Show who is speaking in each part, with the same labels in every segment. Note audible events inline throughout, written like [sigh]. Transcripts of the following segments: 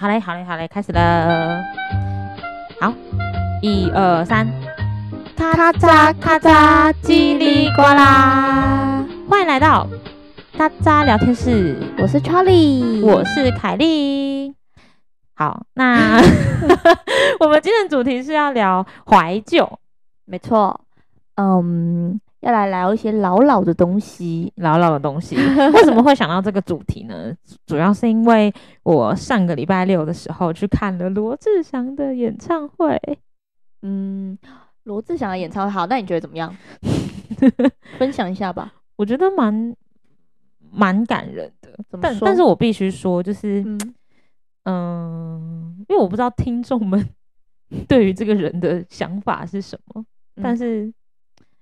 Speaker 1: 好嘞，好嘞，好嘞，开始了。好，一二三，
Speaker 2: 咔嚓咔嚓，叽里呱啦。
Speaker 1: 欢迎来到大家聊天室，
Speaker 2: 我是 Charlie，
Speaker 1: 我是凯莉。好，那我们今天的主题是要聊怀旧，
Speaker 2: 没错，嗯，要来聊一些老老的东西。
Speaker 1: 老老的东西。为什么会想到这个主题呢？主要是因为我上个礼拜六的时候去看了罗志祥的演唱会。
Speaker 2: 嗯，罗志祥的演唱会好，那你觉得怎么样？分享一下吧。
Speaker 1: 我觉得蛮蛮感人的，
Speaker 2: 怎么
Speaker 1: 但
Speaker 2: 说？
Speaker 1: 但是我必须说，就是嗯、
Speaker 2: 嗯，
Speaker 1: 因为我不知道听众们 [laughs] 对于这个人的想法是什么，
Speaker 2: 嗯
Speaker 1: 但是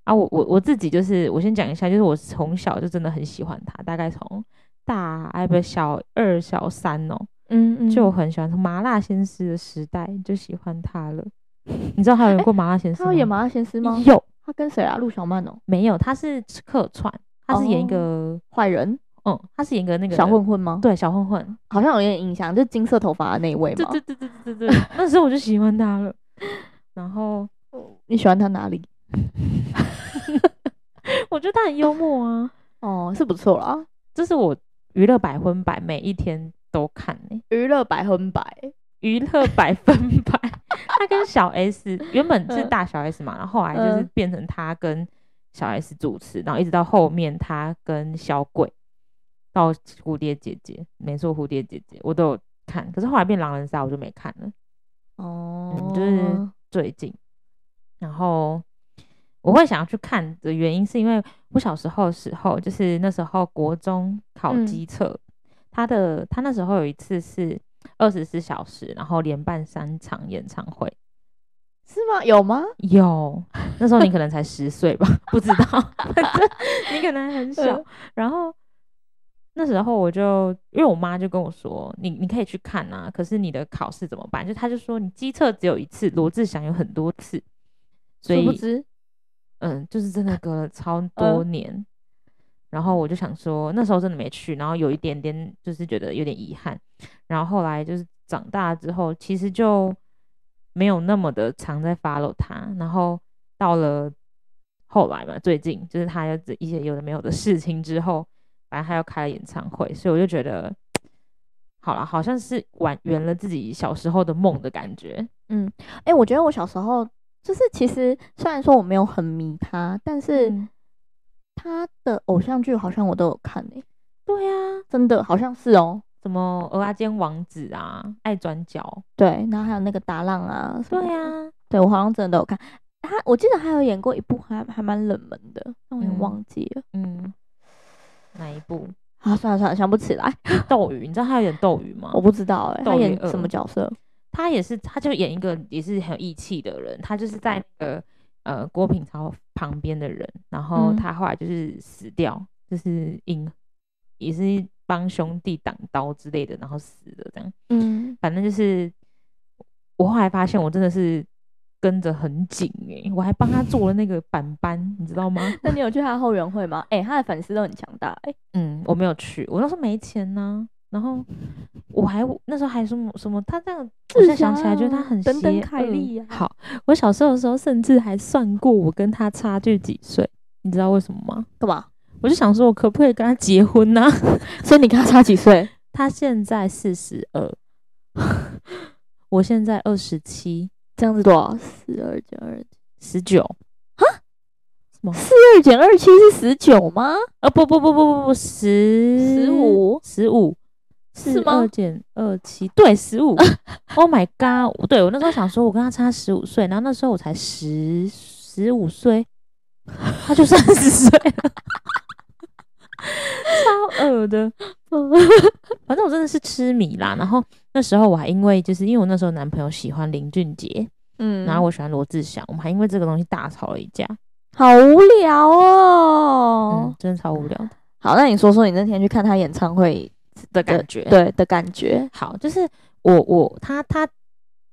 Speaker 1: 啊，我我我自己就是我先讲一下，就是我从小就真的很喜欢他，大概从大哎不小二小三哦、
Speaker 2: 嗯嗯，
Speaker 1: 就很喜欢他，麻辣鲜师的时代就喜欢他了。 [laughs] 你知道他有演过麻辣鲜师
Speaker 2: 哎他
Speaker 1: 吗？
Speaker 2: 有演麻辣鲜师吗？
Speaker 1: 有
Speaker 2: 他跟谁啊？陆小曼哦，
Speaker 1: 没有？他是客串，他是演一个，
Speaker 2: 坏人
Speaker 1: 嗯，他是演一个那个
Speaker 2: 哦小混混吗？
Speaker 1: 对，小混混。
Speaker 2: 好像有点印象，就金色头发的那一位
Speaker 1: 对
Speaker 2: 嘛。
Speaker 1: 对对对对
Speaker 2: [laughs]
Speaker 1: 对对，那时候我就喜欢他了。 [laughs] 然后
Speaker 2: 你喜欢他哪里？
Speaker 1: 我觉得他很幽默啊，
Speaker 2: 哦，是不错啦，
Speaker 1: 这是我娱乐百分百每一天都看诶、
Speaker 2: 娱乐百分百。
Speaker 1: 娱乐百分百。 [laughs] 他跟小 S 原本是
Speaker 2: 嗯
Speaker 1: 大小 S 嘛，然后后来就是
Speaker 2: 嗯
Speaker 1: 变成他跟小 S 主持，然后一直到后面他跟小鬼到蝴蝶姐姐，没错，蝴蝶姐姐我都有看，可是后来变狼人杀我就没看了，
Speaker 2: 哦
Speaker 1: 就是最近。然后我会想要去看的原因是因为我小时候的时候，就是那时候国中考
Speaker 2: 嗯
Speaker 1: 机测，他的他那时候有一次是二十四小时，然后连办三场演唱会。
Speaker 2: 是吗？有吗？
Speaker 1: 有，那时候你可能才十岁吧，不知道，反正你可能很小
Speaker 2: 嗯。
Speaker 1: 然后那时候我就，因为我妈就跟我说，你你可以去看啊，可是你的考试怎么办？就她就说你机测只有一次，罗志祥有很多次，所
Speaker 2: 殊不
Speaker 1: 以
Speaker 2: 知，
Speaker 1: 嗯，就是真的隔了超多年。然后我就想说，那时候真的没去，然后有一点点就是觉得有点遗憾。然后后来就是长大之后，其实就没有那么的常在 follow 他。然后到了后来嘛，最近就是他有一些有的没有的事情之后，反正他又开了演唱会，所以我就觉得，好了，好像是完圆了自己小时候的梦的感觉。
Speaker 2: 哎、我觉得我小时候就是，其实虽然说我没有很迷他，但是
Speaker 1: 嗯
Speaker 2: 他的偶像剧好像我都有看诶、
Speaker 1: 对啊呀、
Speaker 2: 真的好像是哦。
Speaker 1: 什么鹅阿坚王子啊，爱转角。
Speaker 2: 对，然后还有那个达浪啊，
Speaker 1: 对
Speaker 2: 呀、
Speaker 1: 啊，
Speaker 2: 对我好像真的都有看。他我记得他有演过一部还还蛮冷门的，但我有点
Speaker 1: 嗯
Speaker 2: 忘记了。
Speaker 1: 嗯，哪一部？
Speaker 2: 啊，算了算了，想不起来，
Speaker 1: 斗鱼，你知道他有演斗鱼吗
Speaker 2: 我？不知道诶、他
Speaker 1: 斗鱼
Speaker 2: 演
Speaker 1: 二
Speaker 2: 什么角色？
Speaker 1: 他也是，他就演一个也是很有义气的人，他就是在那个呃郭品超旁边的人，然后
Speaker 2: 嗯
Speaker 1: 他后来就是死掉，就是因也是帮兄弟挡刀之类的，然后死了这样。
Speaker 2: 嗯，
Speaker 1: 反正就是我后来发现，我真的是跟着很紧诶、我还帮他做了那个板板，你知道吗？
Speaker 2: 那你有去他的后援会吗？哎、他的粉丝都很强大哎、
Speaker 1: 嗯，我没有去，我那时候没钱呢、然后我还那时候还什么什么，他这样，我
Speaker 2: 志
Speaker 1: 现在想起来觉得他
Speaker 2: 祥
Speaker 1: 很
Speaker 2: 等等
Speaker 1: 邪
Speaker 2: 啊凯
Speaker 1: 恶
Speaker 2: 莉呀啊
Speaker 1: 好，我小时候的时候甚至还算过我跟他差距几岁，你知道为什么吗？
Speaker 2: 干嘛？
Speaker 1: 我就想说我可不可以跟他结婚呢、
Speaker 2: 所以你跟他差几岁？
Speaker 1: [laughs] 他现在四十二， [laughs] 我现在二十七、
Speaker 2: 这样子多少？四二减二
Speaker 1: 十九。什么？
Speaker 2: 四二减二七是十九吗？
Speaker 1: 呃，不不不不不不，十
Speaker 2: 15
Speaker 1: 十五
Speaker 2: 是
Speaker 1: 二
Speaker 2: 吗？
Speaker 1: 减二七，对，十五。oh my god！我对我那时候想说，我跟他差十五岁，然后那时候我才十十五岁，他就三十岁了，超恶 [laughs] 的。反正我真的是痴迷啦。然后那时候我还因为就是因为我那时候男朋友喜欢林俊杰，
Speaker 2: 嗯
Speaker 1: 然后我喜欢罗志祥，我们还因为这个东西大吵了一架。
Speaker 2: 好无聊哦。
Speaker 1: 嗯，真的超无聊的
Speaker 2: 好，那你说说你那天去看他演唱会
Speaker 1: 的感觉。
Speaker 2: 对的感觉？
Speaker 1: 好，就是我我他他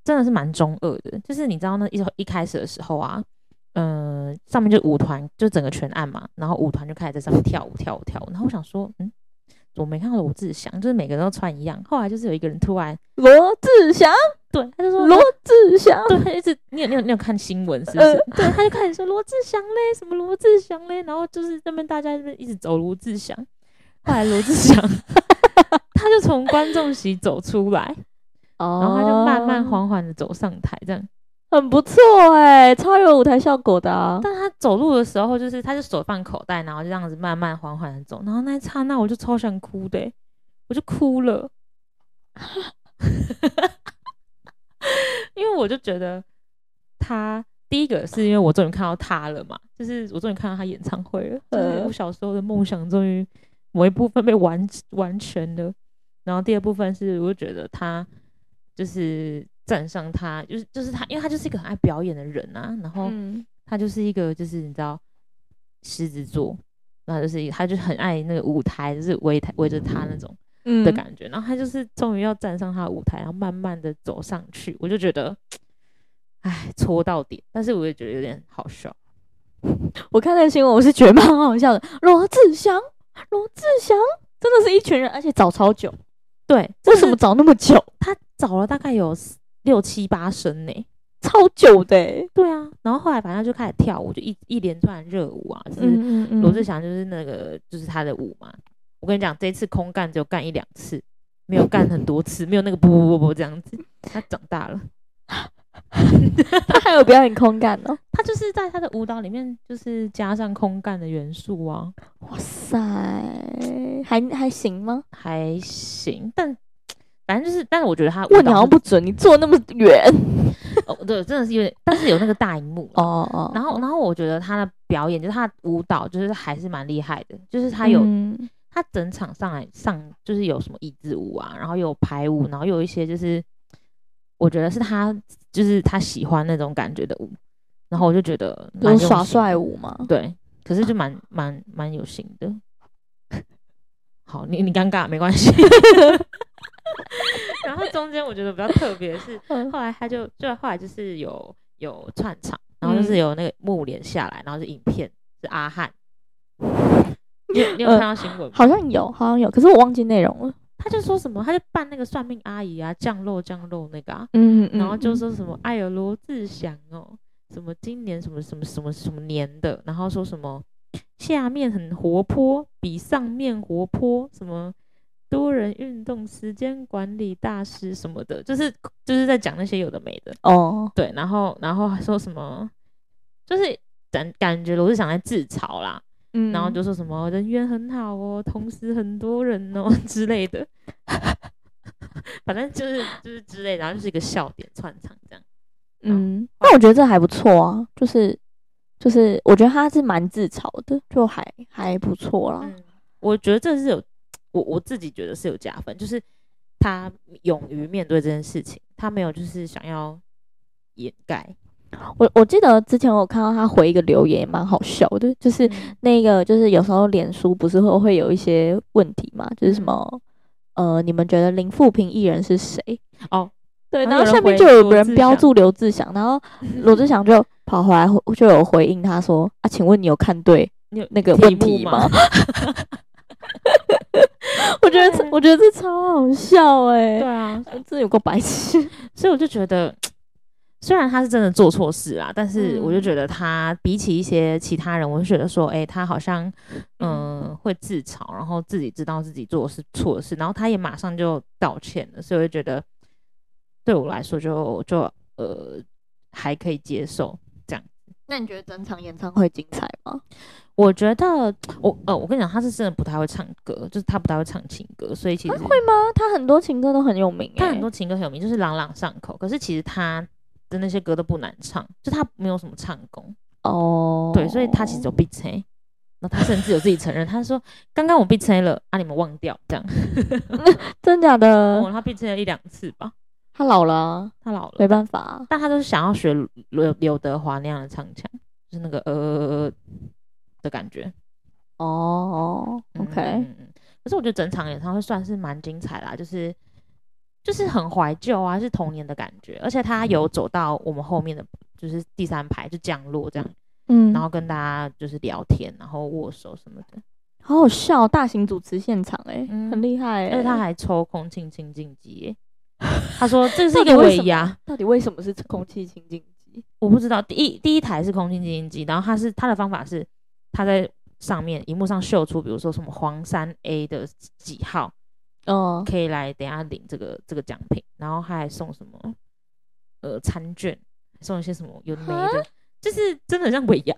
Speaker 1: 真的是蛮中二的，就是你知道那一一开始的时候啊，嗯、上面就舞团就整个全暗嘛，然后舞团就开始在上面跳舞跳舞跳舞，然后我想说，嗯，我没看过罗志祥，就是每个人都穿一样。后来就是有一个人突然，
Speaker 2: 罗志祥，
Speaker 1: 对，他就说
Speaker 2: 罗志祥，
Speaker 1: 对，他一直你有你有你有看新闻是不是？
Speaker 2: 呃
Speaker 1: 对，他就开始说罗志祥嘞，什么罗志祥嘞，然后就是那边大家这边一直走罗志祥，后来罗志祥 [laughs] 他就从观众席走出来，
Speaker 2: 哦
Speaker 1: 然后他就慢慢，缓缓的走上台这样，
Speaker 2: 很不错哎、超有舞台效果的、啊。
Speaker 1: 但他走路的时候就是他就手放口袋，然后就这样子慢慢缓缓的走，然后那一刹那我就超想哭的欸、我就哭了， [laughs] 因为我就觉得他第一个是因为我终于看到他了嘛，就是我终于看到他演唱会了，就是
Speaker 2: 呃
Speaker 1: 我小时候的梦想终于某一部分被完完全了。然后第二部分是，我就觉得他就是站上他，就是就是他，因为他就是一个很爱表演的人啊，然后
Speaker 2: 嗯，
Speaker 1: 他就是一个就是你知道狮子座，然后就是一个他就很爱那个舞台，就是围他围着他那种
Speaker 2: 嗯
Speaker 1: 的感觉。然后他就是终于要站上他的舞台，然后慢慢的走上去，我就觉得，唉，戳到点。但是我也觉得有点好笑，
Speaker 2: 我看那个新闻，我是觉得蛮好笑的。罗志祥，罗志祥，真的是一群人，而且找超久。
Speaker 1: 对，
Speaker 2: 为什么找那么久？
Speaker 1: 他找了大概有四六七八声呢、
Speaker 2: 超久的、欸。
Speaker 1: 对啊，然后后来反正就开始跳舞，就一一连串热舞啊，就是
Speaker 2: 嗯嗯
Speaker 1: 罗志祥就是那个就是他的舞嘛。我跟你讲，这一次空干只有干一两次，没有干很多次，没有那个不不不不这样子。他长大了，
Speaker 2: 他还有表演空感呢、
Speaker 1: 他就是在他的舞蹈里面就是加上空干的元素啊，
Speaker 2: 哇塞，还还行吗？
Speaker 1: 还行，但。反正就是，但是我觉得他舞
Speaker 2: 问你好
Speaker 1: 蹈
Speaker 2: 像不准，你坐那么远。
Speaker 1: 是哦，对，真的是有点，但是有那个大荧幕啊，
Speaker 2: 哦哦
Speaker 1: 然后，然后我觉得他的表演，就是他的舞蹈，就是还是蛮厉害的，就是他有、
Speaker 2: 嗯
Speaker 1: 他整场上来上就是有什么益智舞啊，然后有排舞，然后有一些就是我觉得是他就是他喜欢那种感觉的舞，然后我就觉得蛮
Speaker 2: 有
Speaker 1: 用
Speaker 2: 耍
Speaker 1: 心
Speaker 2: 帅舞吗？
Speaker 1: 对，可是就蛮蛮蛮有型的。 [laughs] 好，你你尴尬没关系。 [laughs] 然后中间我觉得比较特别的是，
Speaker 2: 嗯
Speaker 1: 后来他就就后来就是有有串场，然后就
Speaker 2: 嗯
Speaker 1: 是有那个幕帘下来，然后是影片是阿
Speaker 2: [laughs]
Speaker 1: 汉，你有你有
Speaker 2: 呃
Speaker 1: 看到新闻吗？
Speaker 2: 好像有，好像有，可是我忘记内容了。
Speaker 1: 他就说什么，他就扮那个算命阿姨啊，降肉降肉那个啊，
Speaker 2: 嗯
Speaker 1: 然后就说什么哎呦罗志祥哦，什么今年什么什么什么什么年的，然后说什么下面很活泼，比上面活泼，什么多人运动、时间管理大师什么的，就是就是在讲那些有的没的，
Speaker 2: 哦，
Speaker 1: 对，然后然后还说什么，就是感感觉罗志祥在自嘲啦，
Speaker 2: 嗯
Speaker 1: 然后就说什么人缘很好哦，同时很多人哦 [laughs] 之类的，反正就是就是之类的，然后就是一个笑点串场这样。
Speaker 2: 嗯，那我觉得这还不错啊，就是就是，我觉得他是蛮自嘲的，就还还不错啦。
Speaker 1: 嗯，我觉得这是有我我自己觉得是有加分，就是他勇于面对这件事情，他没有就是想要掩盖，
Speaker 2: 我我记得之前我有看到他回一个留言，也蛮好笑的，就是
Speaker 1: 嗯
Speaker 2: 那个就是有时候脸书不是会会有一些问题嘛，就是什
Speaker 1: 嗯
Speaker 2: 么呃，你们觉得林富平艺人是谁？
Speaker 1: 哦，
Speaker 2: 对，
Speaker 1: 然
Speaker 2: 然
Speaker 1: 后
Speaker 2: 后
Speaker 1: 有人
Speaker 2: 下
Speaker 1: 回
Speaker 2: 面就有
Speaker 1: 罗
Speaker 2: 人
Speaker 1: 志
Speaker 2: 标
Speaker 1: 祥
Speaker 2: 注刘志祥，然
Speaker 1: [laughs]
Speaker 2: 后罗志祥就跑回来回就有回应他说啊，请问你有看对
Speaker 1: 你有
Speaker 2: 那个问
Speaker 1: 目
Speaker 2: 题
Speaker 1: 吗？
Speaker 2: [laughs] 吗？
Speaker 1: [laughs]
Speaker 2: 我觉得这
Speaker 1: 对
Speaker 2: 我觉得这超好笑哎、
Speaker 1: 对啊，
Speaker 2: 这有个白痴，
Speaker 1: 所以我就觉得，虽然他是真的做错事啦，但是我就
Speaker 2: 嗯
Speaker 1: 觉得他比起一些其他人，我就觉得说，诶，他好像
Speaker 2: 嗯
Speaker 1: 嗯、呃会自嘲，然后自己知道自己做的是错的事，然后他也马上就道歉了，所以我就觉得对我来说就就呃还可以接受。
Speaker 2: [laughs] 那你觉得整场演唱会精彩吗？
Speaker 1: 我觉得我呃，我跟你讲，他是真的不太会唱歌，就是他不太会唱情歌，所以其实
Speaker 2: 他啊会吗？他很多情歌都很有名、欸，
Speaker 1: 他很多情歌很有名，就是朗朗上口，可是其实他的那些歌都不难唱，就他没有什么唱功。
Speaker 2: 哦，
Speaker 1: 对，所以他其实有被催，那他甚至有自己承认，他说刚刚我被催了，啊你们忘掉这样，
Speaker 2: 真假的，
Speaker 1: 哦他被催了一两次吧，
Speaker 2: 他老了啊、
Speaker 1: 他老了，
Speaker 2: 没办法啊、
Speaker 1: 但他都是想要学刘刘德华那样的唱腔，就是那个呃呃呃的感觉。
Speaker 2: 哦
Speaker 1: 嗯
Speaker 2: ，OK，
Speaker 1: 嗯嗯可是我觉得整场演唱会算是蛮精彩啦，就是就是很怀旧啊，是童年的感觉，而且
Speaker 2: 嗯
Speaker 1: 他有走到我们后面的就是第三排就降落这样，
Speaker 2: 嗯，
Speaker 1: 然后跟大家就是聊天，然后握手什么的。
Speaker 2: 好好笑，大型主持现场哎、
Speaker 1: 嗯
Speaker 2: 很厉害、欸。
Speaker 1: 而且他还抽空气清净机耶，他说这 [laughs] 是
Speaker 2: 到
Speaker 1: 一
Speaker 2: 底
Speaker 1: 个
Speaker 2: 为
Speaker 1: 尾
Speaker 2: 什么
Speaker 1: 牙，
Speaker 2: 到底为什么是空气清净机？
Speaker 1: 我不知道。第一第一台是空气清净机，然后他是他的方法是他在上面荧幕上秀出，比如说什么黄山 A 的几号
Speaker 2: 嗯，
Speaker 1: 可以来等一下领这个这个奖品，然后他还送什么呃餐券，送一些什么有的没的，就是真的很像尾牙。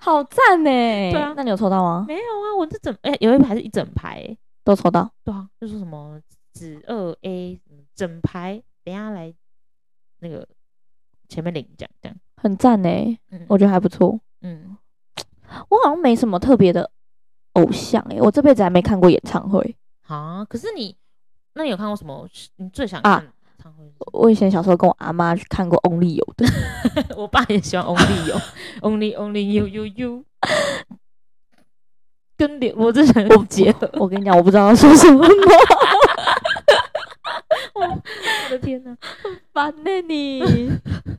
Speaker 2: 好赞呢、
Speaker 1: 对啊
Speaker 2: 那你有抽到吗？
Speaker 1: 没有啊，我这整哎、有一排是一整排、欸，
Speaker 2: 都抽到。
Speaker 1: 对啊，就说什么子二 A 什么整排，等一下来那个前面领奖这样。
Speaker 2: 很赞呢、
Speaker 1: 嗯
Speaker 2: 我觉得还不错。
Speaker 1: 嗯，
Speaker 2: 我好像没什么特别的偶像哎、我这辈子还没看过演唱会。
Speaker 1: 好，啊可是你那你有看过什么？你最想
Speaker 2: 啊
Speaker 1: 看演唱会是什么？ [laughs]
Speaker 2: 我以前小时候跟我阿妈去看过 Only 有的， [laughs]
Speaker 1: 我爸也喜欢 Only 有 [laughs] Only Only You You You，跟连我之前
Speaker 2: 我
Speaker 1: 结合，
Speaker 2: 我跟你讲，我不知道要说什
Speaker 1: [laughs]
Speaker 2: 么，
Speaker 1: 我的天哪！
Speaker 2: 烦呢、你。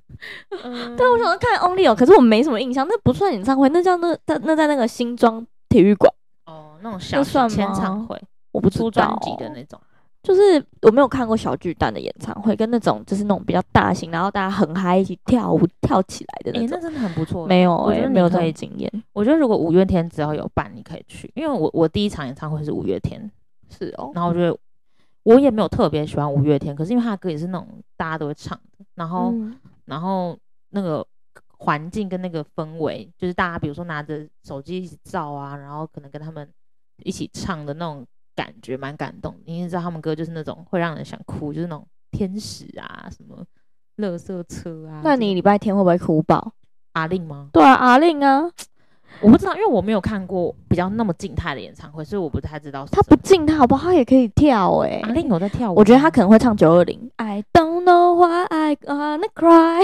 Speaker 1: [laughs] 嗯，
Speaker 2: [laughs] 对，我想要看 Only 有，可是我没什么印象，那不算演唱会，那叫那那那在那个新庄体育馆，
Speaker 1: 哦，那种小
Speaker 2: 算
Speaker 1: 签唱
Speaker 2: 吗
Speaker 1: 会、
Speaker 2: 我不知
Speaker 1: 出
Speaker 2: 道
Speaker 1: 专辑的那种，
Speaker 2: 就是我没有看过小巨蛋的演唱会，跟那种就是那种比较大型，然后大家很嗨一起跳舞跳起来的
Speaker 1: 哎、
Speaker 2: 那
Speaker 1: 那
Speaker 2: 种，
Speaker 1: 真的很不错。
Speaker 2: 没有
Speaker 1: 我觉
Speaker 2: 哎、
Speaker 1: 得你
Speaker 2: 没有
Speaker 1: 可
Speaker 2: 这
Speaker 1: 以
Speaker 2: 种经验。
Speaker 1: 我觉得如果五月天只要有办，你可以去，因为我我第一场演唱会是五月天，
Speaker 2: 是哦，
Speaker 1: 然后我觉得我也没有特别喜欢五月天，可是因为他的歌也是那种大家都会唱的，然后、
Speaker 2: 嗯
Speaker 1: 然后那个环境跟那个氛围，就是大家比如说拿着手机一起照啊，然后可能跟他们一起唱的那种感觉，蛮感动的。你也知道他们歌就是那种会让人想哭，就是那种天使啊，什么乐色车啊。
Speaker 2: 那你礼拜天会不会哭爆？
Speaker 1: 阿令吗？
Speaker 2: 对啊，阿令啊，
Speaker 1: 我不知道，因为我没有看过比较那么静态的演唱会，所以我不太知道是
Speaker 2: 他
Speaker 1: 什
Speaker 2: 不
Speaker 1: 么
Speaker 2: 进他好不好？他也可以跳哎、
Speaker 1: 阿令有在跳舞吗，
Speaker 2: 我觉得他可能会唱九二零，I 啊 don't know why I gonna cry，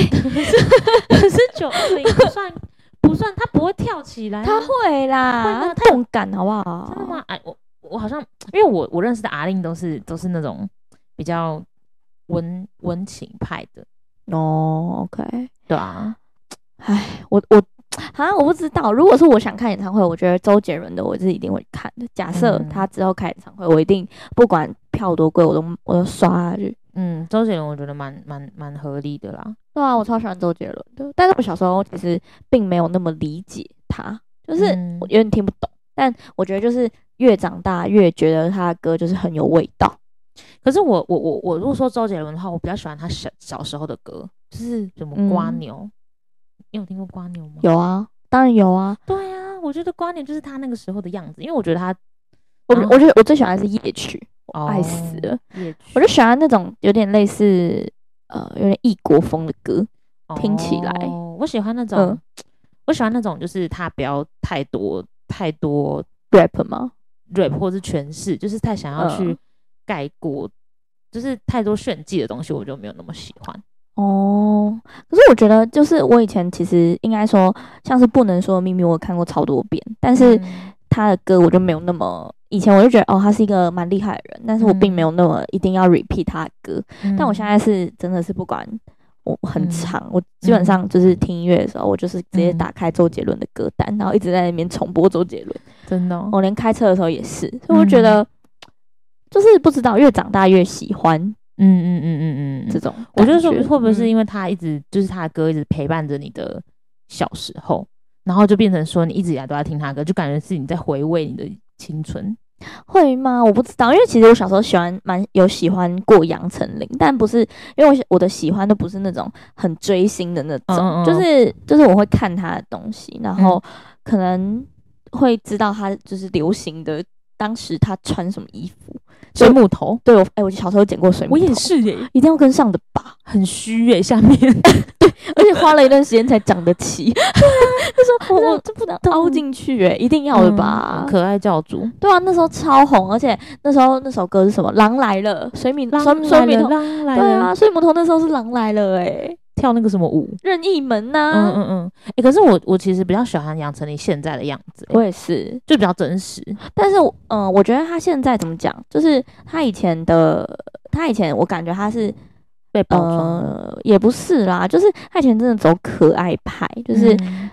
Speaker 1: 可是九二零不算不算，他不会跳起来啊、
Speaker 2: 他会
Speaker 1: 会
Speaker 2: 啦
Speaker 1: 吗，
Speaker 2: 动感好不好？
Speaker 1: 真的吗？哎，我我好像因为我我认识的阿令都是都是那种比较文文情派的，
Speaker 2: 哦，OK、o k
Speaker 1: 对啊，
Speaker 2: 我我啊，我不知道。如果是我想看演唱会，我觉得周杰伦的我是一定会看的。假设
Speaker 1: 嗯
Speaker 2: 他之后开演唱会，我一定不管票多贵，我都我都刷下去。
Speaker 1: 嗯，周杰伦我觉得蛮蛮蛮合理的啦，
Speaker 2: 对啊，我超喜欢周杰伦的，但是我小时候其实并没有那么理解他，就是
Speaker 1: 嗯
Speaker 2: 我有点听不懂。但我觉得就是越长大越觉得他的歌就是很有味道。
Speaker 1: 可是我我我我如果说周杰伦的话，我比较喜欢他小小时候的歌，就是什么
Speaker 2: 嗯
Speaker 1: 瓜牛，你有听过瓜牛吗？，
Speaker 2: 有啊，当然有啊。
Speaker 1: 对啊，我觉得瓜牛就是他那个时候的样子，因为我觉得他
Speaker 2: 我
Speaker 1: 啊
Speaker 2: 我觉得我最喜欢的是夜曲，我爱死
Speaker 1: 哦
Speaker 2: 了。
Speaker 1: 夜曲，
Speaker 2: 我就喜欢那种有点类似呃有点异国风的歌。听起来
Speaker 1: 哦我喜欢那种，
Speaker 2: 嗯
Speaker 1: 我喜欢那种就是他不要太多太多
Speaker 2: rap 吗？
Speaker 1: rap 或是诠释，就是太想要去
Speaker 2: 嗯
Speaker 1: 概括，就是太多炫技的东西，我就没有那么喜欢。
Speaker 2: 哦，可是我觉得，就是我以前其实应该说，像是《不能说的秘密》，我看过超多遍，但是
Speaker 1: 嗯
Speaker 2: 他的歌我就没有那么，以前我就觉得哦，他是一个蛮厉害的人，但是我并
Speaker 1: 嗯
Speaker 2: 没有那么一定要 repeat 他的歌。但我现在是真的是不管我很
Speaker 1: 嗯
Speaker 2: 长，我基本上就是听音乐的时候，我就是直接
Speaker 1: 嗯
Speaker 2: 打开周杰伦的歌单，然后一直在那边重播周杰伦。
Speaker 1: 真的、哦，嗯
Speaker 2: 我连开车的时候也是，所以我觉得。就是不知道，越长大越喜欢
Speaker 1: 嗯嗯嗯嗯嗯
Speaker 2: 这
Speaker 1: 嗯，
Speaker 2: 种
Speaker 1: 我觉
Speaker 2: 感觉。
Speaker 1: 得说会不会是
Speaker 2: 嗯
Speaker 1: 因为他一直、就是他的歌一直陪伴着你的小时候，然后就变成说你一直以来都在听他的歌，就感觉是你在回味你的青
Speaker 2: 嗯
Speaker 1: 春。
Speaker 2: 会吗？我不知道，因为其实我小时候喜欢蛮有喜欢过杨丞琳，但不是因为我喜我的喜欢都不是那种很追星的那种，
Speaker 1: 嗯嗯嗯
Speaker 2: 就是就是我会看他的东西，然后可能会知道他就是流行的当时他穿什么衣服。
Speaker 1: 水母头，
Speaker 2: 对我，哎、我小时候剪过水母
Speaker 1: 我也
Speaker 2: 头
Speaker 1: 是耶、
Speaker 2: 一定要跟上的吧，
Speaker 1: 很虚耶、下面。
Speaker 2: [laughs] 而且花了一段时间才长得齐。那时候 [laughs] 我我这不能凹进去哎、一定要的吧
Speaker 1: 嗯？可爱教主，
Speaker 2: 对啊，那时候超红，而且那时候那首歌是什么？狼来了，水米水水米头，
Speaker 1: 浪来
Speaker 2: 对啊，，水母头那时候是狼来了哎、欸，
Speaker 1: 跳那个什么舞，
Speaker 2: 任意门呐、
Speaker 1: 嗯嗯嗯，哎、可是我我其实比较喜欢杨丞琳现在的样子、欸，
Speaker 2: 我也是，
Speaker 1: 就比较真实，
Speaker 2: 但是我嗯、我觉得他现在怎么讲，就是他以前的，他以前我感觉他是
Speaker 1: 被包装，
Speaker 2: 呃，也不是啦，就是他以前真的走可爱派，就是
Speaker 1: 嗯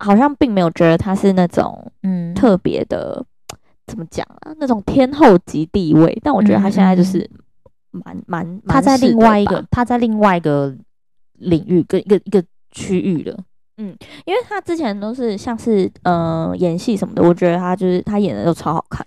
Speaker 2: 好像并没有觉得他是那种
Speaker 1: 嗯
Speaker 2: 特别的。怎么讲啊，那种天后级地位。但我觉得他现在就
Speaker 1: 嗯
Speaker 2: 是蛮蛮，
Speaker 1: 他
Speaker 2: 蛮
Speaker 1: 在
Speaker 2: 适
Speaker 1: 另
Speaker 2: 得
Speaker 1: 外一
Speaker 2: 吧
Speaker 1: 个，他在另外一个领域跟一个一个区域了。
Speaker 2: 因为他之前都是像是呃演戏什么的，我觉得他就是他演的都超好看，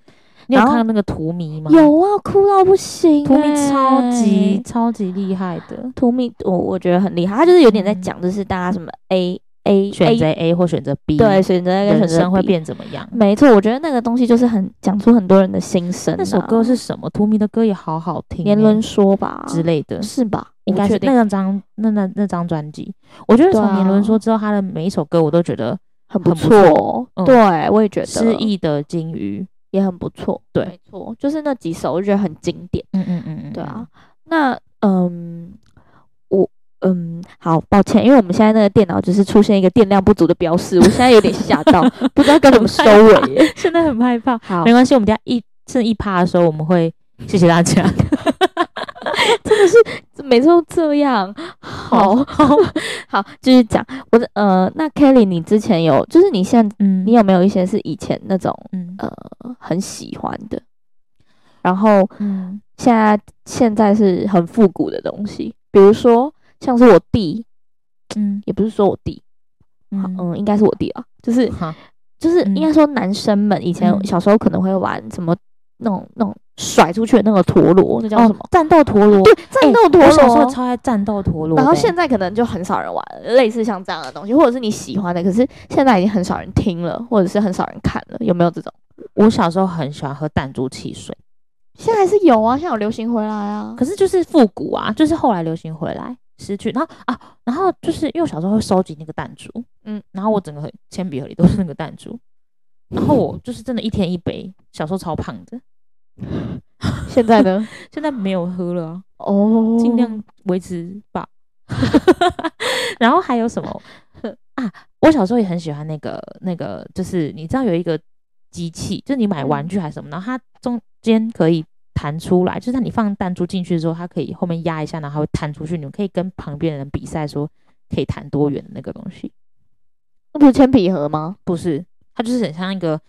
Speaker 1: 你有
Speaker 2: 然
Speaker 1: 看
Speaker 2: 后
Speaker 1: 到那个荼蘼吗？，
Speaker 2: 有啊，哭到不行、欸，
Speaker 1: 荼蘼超级超级厉害的，
Speaker 2: 荼蘼，我我觉得很厉害，他就是有点在
Speaker 1: 嗯
Speaker 2: 讲就是大家什么 A A
Speaker 1: 选择
Speaker 2: A-
Speaker 1: A 或选择 B，
Speaker 2: 对，选择 A 跟选
Speaker 1: 人
Speaker 2: 择
Speaker 1: 生会
Speaker 2: B。
Speaker 1: 变怎么样？
Speaker 2: 没错，我觉得那个东西就是很讲出很多人的心声、啊
Speaker 1: 那首歌是什么？荼蘼的歌也好好听欸，
Speaker 2: 年轮说吧
Speaker 1: 之类的，
Speaker 2: 是吧？
Speaker 1: 应该
Speaker 2: 我
Speaker 1: 是
Speaker 2: 确定
Speaker 1: 那张那那那张专辑。我觉得
Speaker 2: 对
Speaker 1: 从年轮
Speaker 2: 啊
Speaker 1: 说之后，他的每一首歌我都觉得
Speaker 2: 很不
Speaker 1: 很不
Speaker 2: 错哦，
Speaker 1: 嗯
Speaker 2: 对我也觉得
Speaker 1: 失忆的金鱼。
Speaker 2: 也很不错，
Speaker 1: 对
Speaker 2: 没错，就是那几首我觉得很经典。
Speaker 1: 嗯嗯嗯嗯，
Speaker 2: 对啊，那嗯，我嗯，好抱歉，因为我们现在那个电脑就是出现一个电量不足的标示，我现在有点吓 [laughs] 到，不知道该怎么收尾耶。
Speaker 1: 嗯， [laughs] 现在很害怕。
Speaker 2: 好嗯
Speaker 1: 没，关系，我们等一下一剩一趴的时候，我们会谢谢大家。
Speaker 2: [laughs] 每次都这样，好 [laughs] 好，继续讲我的呃，那 Kelly，你之前有就是你现在
Speaker 1: [laughs] 嗯
Speaker 2: 你有没有一些是以前那种
Speaker 1: 嗯
Speaker 2: 呃很喜欢的，然后
Speaker 1: 嗯
Speaker 2: 现在现在是很复古的东西，比如说像是我弟，
Speaker 1: 嗯
Speaker 2: 也不是说我弟，好
Speaker 1: 嗯
Speaker 2: 嗯，应该是我弟啊， [laughs] 就是
Speaker 1: 好，
Speaker 2: 就是
Speaker 1: 嗯
Speaker 2: 应该说男生们以前
Speaker 1: 嗯
Speaker 2: 小时候可能会玩什么那种那种甩出去的那个陀螺，那叫什么？
Speaker 1: 哦
Speaker 2: 哎
Speaker 1: 战斗陀螺，哎
Speaker 2: 对，战斗陀
Speaker 1: 我小时候
Speaker 2: 螺。
Speaker 1: 超爱战斗陀螺的欸。
Speaker 2: 然后现在可能就很少人玩了类似像这样的东西，或者是你喜欢的，可是现在已经很少人听了，或者是很少人看了，有没有这种？
Speaker 1: 我小时候很喜欢喝弹珠汽水，
Speaker 2: 现在还是有啊，现在有流行回来 [laughs] 啊。
Speaker 1: 可是就是复古啊，就是后来流行回来失去，然后啊，然后就是因为我小时候会收集那个弹珠，嗯
Speaker 2: 嗯，
Speaker 1: 然后我整个盒铅笔盒里都是那个弹珠，然后我就是真的一天一杯，小时候超胖的，
Speaker 2: 现在呢？
Speaker 1: 现在没有喝了啊，
Speaker 2: [laughs] 哦，
Speaker 1: 尽量维持吧。 [laughs] 然后还有什么啊？我小时候也很喜欢那个那个，就是你知道有一个机器，就是你买
Speaker 2: 嗯
Speaker 1: 玩具还是什么，然后它中间可以弹出来，就是它你放弹珠进去之后，它可以后面压一下，然后它会弹出去。你们可以跟旁边的人比赛说可以弹多远的那个东西，
Speaker 2: 那不是铅笔盒吗？
Speaker 1: 不是？它就是很像一个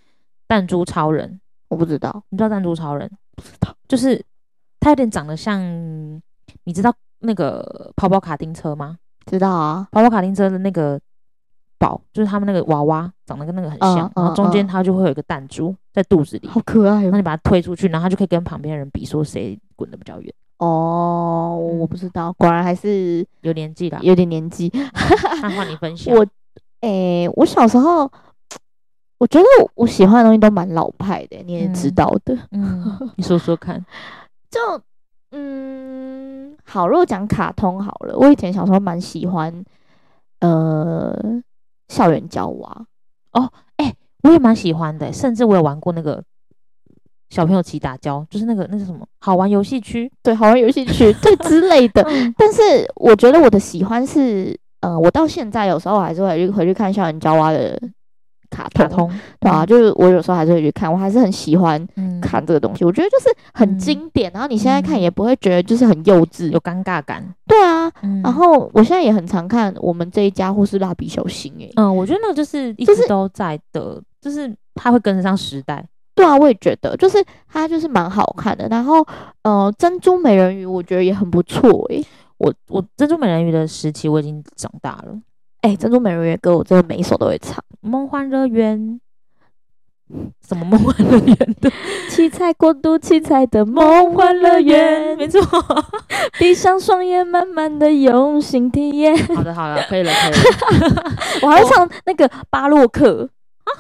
Speaker 1: 弹珠超人，
Speaker 2: 我不知道，
Speaker 1: 你知道弹珠超人？
Speaker 2: 不知道。
Speaker 1: 就是它有点长得像，你知道那个跑跑卡丁车吗？
Speaker 2: 知道啊，
Speaker 1: 跑跑卡丁车的那个宝，就是他们那个娃娃长得跟那个很
Speaker 2: 嗯
Speaker 1: 像，然后
Speaker 2: 嗯
Speaker 1: 中间
Speaker 2: 嗯
Speaker 1: 它就会有一个弹珠在肚子里，
Speaker 2: 好可爱
Speaker 1: 然后
Speaker 2: 哦。
Speaker 1: 你把它推出去，然后它就可以跟旁边的人比说谁滚得比较远。
Speaker 2: 哦，我不知道，果然还是
Speaker 1: 有年纪啦，
Speaker 2: [laughs] 有点年纪。
Speaker 1: 那换你分享。
Speaker 2: 我，诶、我小时候，我觉得我喜欢的东西都蛮老派的，你也知
Speaker 1: 嗯
Speaker 2: 道的。 [laughs]
Speaker 1: 嗯，你说说看。
Speaker 2: 就，嗯，好，如果讲卡通好了，我以前小时候蛮喜欢，呃，校园娇娃。
Speaker 1: 我也蛮喜欢的、甚至我有玩过那个小朋友骑打胶，就是那个那是什么好玩游戏区。
Speaker 2: 对，好玩游戏区对之类
Speaker 1: [laughs]
Speaker 2: 的，
Speaker 1: 嗯
Speaker 2: 但是我觉得我的喜欢是，呃，我到现在有时候还是会去回去看校园娇娃的卡通，
Speaker 1: 卡通，
Speaker 2: 对啊，就是我有时候还是会去看，我还是很喜欢
Speaker 1: 嗯，
Speaker 2: 看这个东西，我觉得就是
Speaker 1: 嗯
Speaker 2: 很经典，然后你现在看
Speaker 1: 嗯
Speaker 2: 也不会觉得就是很幼稚，
Speaker 1: 有尴尬感。
Speaker 2: 对啊。
Speaker 1: 嗯，
Speaker 2: 然后我现在也很常看我们这一家或是蜡笔小新欸诶、
Speaker 1: 嗯，我觉得那个就是一
Speaker 2: 就
Speaker 1: 直
Speaker 2: 是
Speaker 1: 都在的，就是它会跟得上时代。
Speaker 2: 对啊，我也觉得就是它就是蛮好看的。然后呃，珍珠美人鱼我觉得也很不错欸诶、
Speaker 1: 我我珍珠美人鱼的时期我已经长大了，
Speaker 2: 哎、珍珠美人鱼的歌我真的每一首都会唱，
Speaker 1: 梦幻乐园，什么梦幻乐园 [laughs] 的
Speaker 2: 七彩国度，七彩的梦幻乐园
Speaker 1: 没，错。
Speaker 2: 闭上双眼，慢慢的用心体 [laughs] 验。
Speaker 1: 好的好了，可以了可以了。
Speaker 2: 我还会唱那个巴洛克。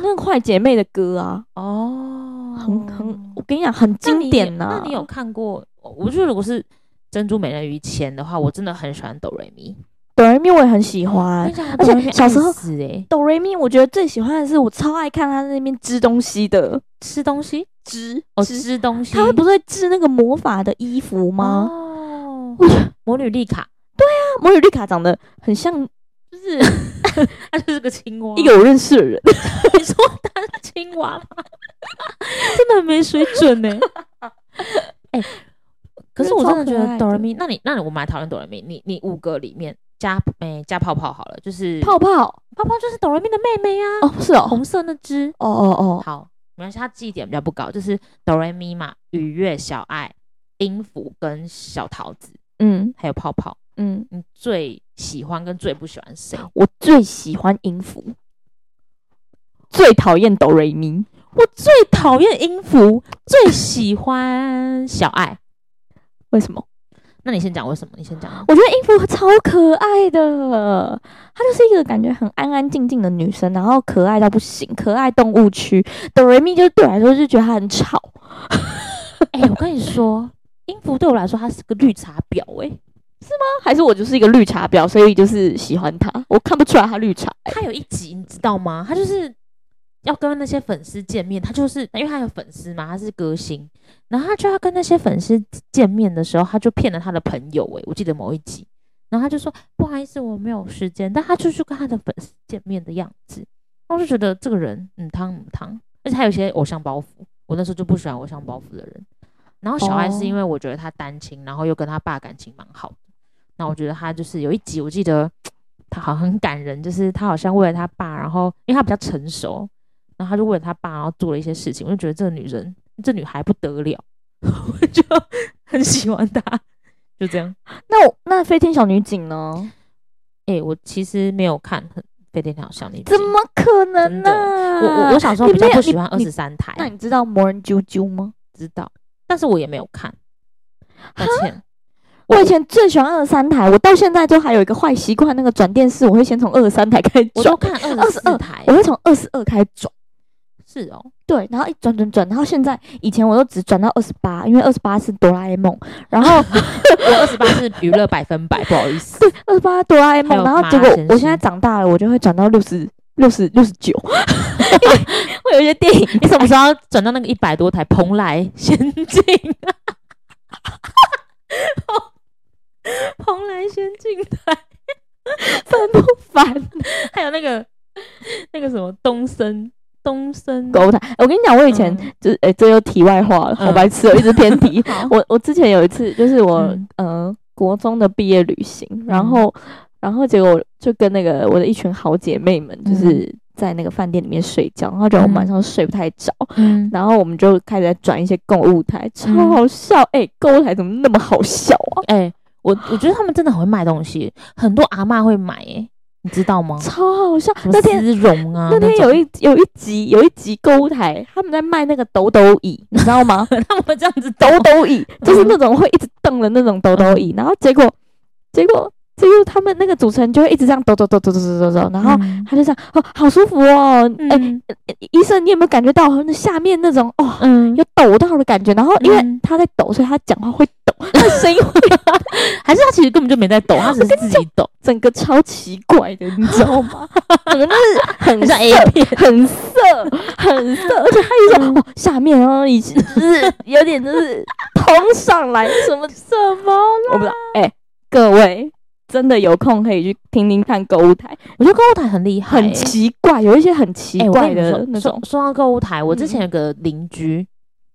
Speaker 2: 那个坏姐妹的歌啊，
Speaker 1: [laughs] 哦，
Speaker 2: 很很，我跟你讲，很经典呐、
Speaker 1: 那你有看过？我我觉得如果是珍珠美人鱼前的话，我真的很喜欢哆瑞咪。
Speaker 2: 哆来咪我也很喜欢，啊而且小时候
Speaker 1: 死哎，
Speaker 2: 哆来咪，我觉得最喜欢的是我超爱看他在那边织东西的，
Speaker 1: 吃东西
Speaker 2: 织
Speaker 1: 哦
Speaker 2: 织，
Speaker 1: 吃东西，
Speaker 2: 他会不是会织那个魔法的衣服吗？
Speaker 1: 哦，魔女丽卡，
Speaker 2: 那
Speaker 1: 嗯
Speaker 2: 魔女绿卡长得很像，就是
Speaker 1: 她就是个青蛙，
Speaker 2: 一个我认识的人，
Speaker 1: 你说他是青蛙吗？ [laughs] 真的很没水准呢、哎、可是我真的觉
Speaker 2: 超可爱
Speaker 1: 得
Speaker 2: 的
Speaker 1: 哆来咪，那你那你我们来讨论哆来咪，你你五个里面加哎、加泡泡好了，就是
Speaker 2: [laughs] 泡泡
Speaker 1: 泡泡就是哆来咪的妹妹啊，
Speaker 2: 哦，是哦，
Speaker 1: 红色那只。
Speaker 2: 哦哦哦，
Speaker 1: 好，没关系，他记忆点比较不高，就是哆来咪嘛、愉悦、小爱、音符跟小桃子，
Speaker 2: 嗯
Speaker 1: 还有泡泡。
Speaker 2: 嗯，
Speaker 1: 你最喜欢跟最不喜欢谁？
Speaker 2: 我最喜欢音符，最讨厌哆瑞咪。
Speaker 1: 我最讨厌音符，最喜欢小爱。
Speaker 2: 为什么？
Speaker 1: 那你先讲为什么？你先讲。
Speaker 2: 我觉得音符超可爱的，她就是一个感觉很安安静静的女生，然后可爱到不行，可爱动物区。哆瑞咪就是对我来说就觉得她很吵，
Speaker 1: 哎、我跟你说，音符对我来说，它是个绿茶婊、哎，
Speaker 2: 还是我就是一个绿茶婊，所以就是喜欢她。我看不出来她绿茶、欸
Speaker 1: 他有一集你知道吗？他就是要跟那些粉丝见面，他就是因为他有粉丝嘛，他是歌星，然后他就要跟那些粉丝见面的时候，他就骗了他的朋友、诶，我记得某一集，然后他就说不好意思，我没有时间，但他就是跟他的粉丝见面的样子，我就觉得这个人嗯汤嗯汤，而且还有一些偶像包袱，我那时候就不喜欢偶像包袱的人。然后小爱
Speaker 2: 哦
Speaker 1: 是因为我觉得他单亲，然后又跟他爸感情蛮好的，那我觉得他就是有一集我记得他好像很感人，就是他好像为了他爸，然后因为他比较成熟，然后他就为了他爸，然后做了一些事情，我就觉得这个女人，这女孩不得了， [laughs] 我就很喜欢她， [laughs] 就这样。
Speaker 2: 那我那飞天小女警呢？
Speaker 1: 诶、我其实没有看很《飞天小小女警
Speaker 2: 怎》，么可能
Speaker 1: 真
Speaker 2: 呢、
Speaker 1: 的我我我小时候
Speaker 2: 你
Speaker 1: 比较
Speaker 2: 没有
Speaker 1: 不喜欢二
Speaker 2: 你
Speaker 1: 十三台，啊
Speaker 2: 那你知道魔人啾啾吗？
Speaker 1: 知道，但是我也没有看，抱歉，
Speaker 2: 我以前最喜欢二三台，我到现在都还有一个坏习惯，那个转电视我会先从二三台开始
Speaker 1: 我都
Speaker 2: 转，
Speaker 1: 看二十四
Speaker 2: 22
Speaker 1: 台
Speaker 2: 我，会从二十二开始转。
Speaker 1: 是哦，
Speaker 2: 对，然后一转转转，然后现在以前我都只转到二十八，因为二十八是哆啦 A 梦，
Speaker 1: [laughs]
Speaker 2: 然后
Speaker 1: 我二十八是娱乐百分百，不好意思，
Speaker 2: 对二十八哆啦 A
Speaker 1: 还
Speaker 2: 梦，
Speaker 1: 有
Speaker 2: 然后
Speaker 1: 麻
Speaker 2: 结果
Speaker 1: 先
Speaker 2: 我现在
Speaker 1: 生
Speaker 2: 长大了，我就会转到六十六十六十
Speaker 1: [laughs]
Speaker 2: 九，会有一些电影
Speaker 1: 你什么时候要转到那个一百多台蓬莱仙境？啊 [laughs] 蓬莱仙境台， [laughs]
Speaker 2: 烦不烦？
Speaker 1: 还有那个那个什么东森东森
Speaker 2: 狗台，我跟你讲，我以前
Speaker 1: 嗯
Speaker 2: 就是，哎，这又题外话了，好
Speaker 1: 嗯
Speaker 2: 白痴哦，一直偏题。
Speaker 1: [laughs] 好
Speaker 2: 我我之前有一次，就是我、
Speaker 1: 嗯
Speaker 2: 呃国中的毕业旅行，然后、然后结果我就跟那个我的一群好姐妹们，就是在那个饭店里面睡觉，然后觉得我
Speaker 1: 嗯
Speaker 2: 晚上睡不太着，
Speaker 1: 嗯
Speaker 2: 然后我们就开始在转一些购物台，超好笑，哎、购物台怎么那么好笑啊？
Speaker 1: 哎、我我觉得他们真的很会卖东西，很多阿嬷会买、哎，你知道吗？
Speaker 2: 超好笑！
Speaker 1: 什么
Speaker 2: 那天
Speaker 1: 丝绒啊，
Speaker 2: 那天
Speaker 1: [laughs]
Speaker 2: 有
Speaker 1: 一
Speaker 2: 一有一集有一集购物台，他们在卖那个抖抖椅，你知
Speaker 1: [laughs]
Speaker 2: 道吗？
Speaker 1: 他们这样子
Speaker 2: 抖抖椅，就是那种会一直蹬的那种抖抖
Speaker 1: 嗯
Speaker 2: 椅，然后结果结果结果他们那个主持人就会一直这样抖抖抖抖抖抖抖抖，然后
Speaker 1: 嗯
Speaker 2: 他就这样哦，好舒服哦，哎、
Speaker 1: 嗯
Speaker 2: 医生你有没有感觉到那下面那种哦？
Speaker 1: 嗯，
Speaker 2: 有抖到的感觉，然后因为
Speaker 1: 嗯
Speaker 2: 他在抖，所以他讲话会抖，他的声音会
Speaker 1: 还是他其实根本就没在抖，他只是自己抖，
Speaker 2: 整个超奇怪的，你知道 [laughs] 吗？整个就是很
Speaker 1: 很像 A
Speaker 2: 色
Speaker 1: 片。
Speaker 2: 很色，很色，而且他一种哦，下面哦，已经就是有点就是通上来
Speaker 1: [laughs]
Speaker 2: 什么什么我不知道。哎、各位真的有空可以去听听看购物台，
Speaker 1: 我觉得购物台很厉害、
Speaker 2: 很
Speaker 1: 哎
Speaker 2: 奇怪，有一些很奇
Speaker 1: 哎，我跟
Speaker 2: 怪
Speaker 1: 你
Speaker 2: 的
Speaker 1: 说
Speaker 2: 那种
Speaker 1: 说，说到购物台，我之
Speaker 2: 嗯
Speaker 1: 前有个邻居，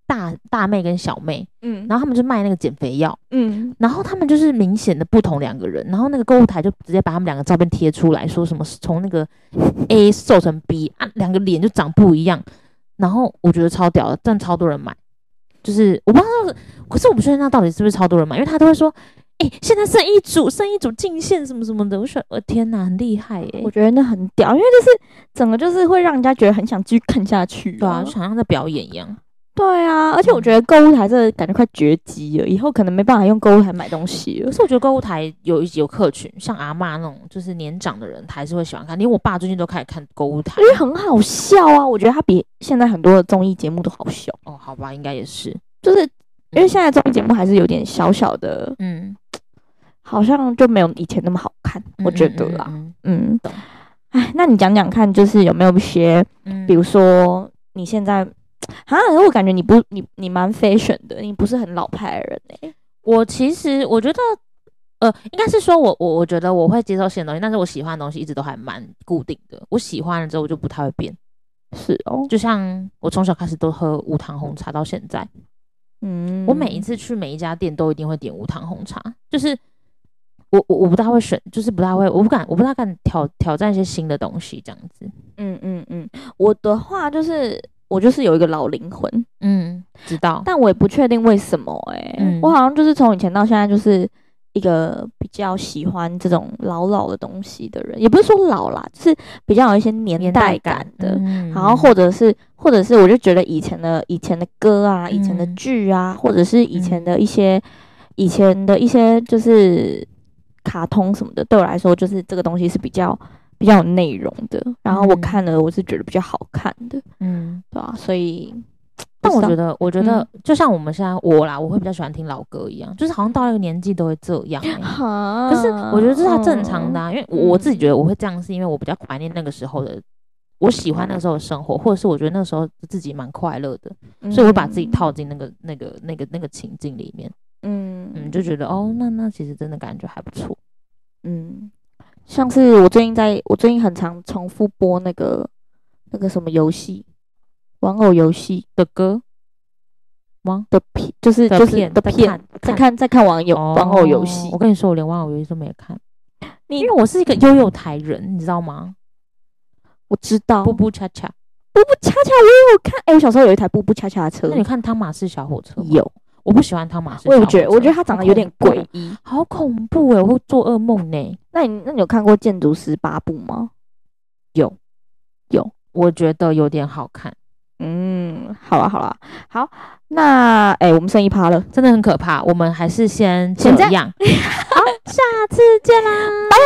Speaker 1: 大大妹跟小妹，
Speaker 2: 嗯
Speaker 1: 然后他们就卖那个减肥药，
Speaker 2: 嗯，
Speaker 1: 然后他们就是明显的不同两个人，然后那个购物台就直接把他们两个照片贴出来，说什么从那个 A 瘦成 B 啊，两个脸就长不一样，然后我觉得超屌的，但超多人买，就是我不知道，可是我不确定那到底是不是超多人买，因为他都会说。哎、现在剩一组，剩一组进线什么什么的，我说，我、呃天哪，很厉害耶、
Speaker 2: 我觉得那啊很屌，因为就是整个就是会让人家觉得很想继续看下去、
Speaker 1: 对啊，就好像在表演一样。
Speaker 2: 对啊，而且我觉得购物台这个感觉快绝迹了，以后可能没办法用购物台买东西了
Speaker 1: 可。是我觉得购物台有一有客群，像阿嬷那种，就是年长的人还是会喜欢看。连我爸最近都开始看购物台
Speaker 2: 因。为很好笑啊，我觉得它比现在很多的综艺节目都好笑，
Speaker 1: 哦，好吧，应该也是。
Speaker 2: 就是因为现在综艺节目还是有点小小的，
Speaker 1: 嗯，
Speaker 2: 好像就没有以前那么好看，我觉得啦，
Speaker 1: 嗯，
Speaker 2: 嗯
Speaker 1: 懂，
Speaker 2: 哎，那你讲讲看，就是有没有一些，
Speaker 1: 嗯嗯
Speaker 2: 比如说你现在，啊，可是我感觉你不，你你蛮 fashion 的，你不是很老派的人哎、
Speaker 1: 我其实我觉得，呃，应该是说我我我觉得我会接受新的东西，但是我喜欢的东西一直都还蛮固定的。我喜欢了之后，我就不太会变。
Speaker 2: 是哦，
Speaker 1: 就像我从小开始都喝无糖红茶，到现在，
Speaker 2: 嗯，
Speaker 1: 我每一次去每一家店都一定会点无糖红茶，就是我我我不大会选，就是不大会，我不敢我不大敢挑挑战一些新的东西这样子。
Speaker 2: 嗯嗯嗯，我的话就是我就是有一个老灵魂，
Speaker 1: 嗯，知道，
Speaker 2: 但我也不确定为什么哎、
Speaker 1: 嗯
Speaker 2: 我好像就是从以前到现在就是一个比较喜欢这种老老的东西的人，也不是说老啦，就是比较有一些年代感的。
Speaker 1: 嗯
Speaker 2: 然后或者是或者是我就觉得以前的以前的歌啊，以前的
Speaker 1: 嗯
Speaker 2: 剧啊，或者是以前的一些、以前的一些就是卡通什么的，对我来说就是这个东西是比较比较有内容的。然后我
Speaker 1: 嗯
Speaker 2: 看了，我是觉得比较好看的，
Speaker 1: 嗯，
Speaker 2: 对啊，所以。
Speaker 1: 但我
Speaker 2: 不
Speaker 1: 觉
Speaker 2: 知道
Speaker 1: 得，我觉得就像我们现在我啦，我会比较喜欢听老歌一样，就是好像到那个年纪都会这样欸、
Speaker 2: 可
Speaker 1: 可是我觉得这是他正常的、啊，因为我我自己觉得我会这样，是因为我比较怀念那个时候的，我喜欢那个时候的生活，或者是我觉得那个时候自己蛮快乐的，所以我把自己套进那个那个那个那个情境里面，
Speaker 2: 嗯，嗯
Speaker 1: 嗯，就觉得哦，那那其实真的感觉还不错，
Speaker 2: 嗯，像是我最近在，我最近很常重复播那个那个什么游戏，玩偶游戏
Speaker 1: 的歌
Speaker 2: 的片，就是
Speaker 1: 的
Speaker 2: 就是
Speaker 1: 片
Speaker 2: 的
Speaker 1: 在
Speaker 2: 片
Speaker 1: 看，
Speaker 2: 在
Speaker 1: 看
Speaker 2: 看在看网友玩偶游戏
Speaker 1: 哦我，跟你说，我连玩偶游戏都没有看，
Speaker 2: 你
Speaker 1: 因为我是一个悠悠台人，你知道吗？
Speaker 2: 我知道
Speaker 1: 布
Speaker 2: 布
Speaker 1: 布恰恰，
Speaker 2: 布恰恰我有看，哎，我小时候有一台布布恰恰的车
Speaker 1: 那，你看汤马士小火车吗？
Speaker 2: 有，
Speaker 1: 我不喜欢汤马士小
Speaker 2: 我
Speaker 1: 火车，
Speaker 2: 也觉得我觉得它长得有点
Speaker 1: 好恐
Speaker 2: 诡异。
Speaker 1: 怖，好恐怖哎、我会做噩梦呢、
Speaker 2: 那你那你有看过《建筑十八部》吗？
Speaker 1: 我觉得有点好看，
Speaker 2: 嗯，好啦好啦，好，那哎，我们剩一趴了，
Speaker 1: 真的很可怕。我们还是先这
Speaker 2: 先这
Speaker 1: 样，
Speaker 2: 下次见啦，拜拜。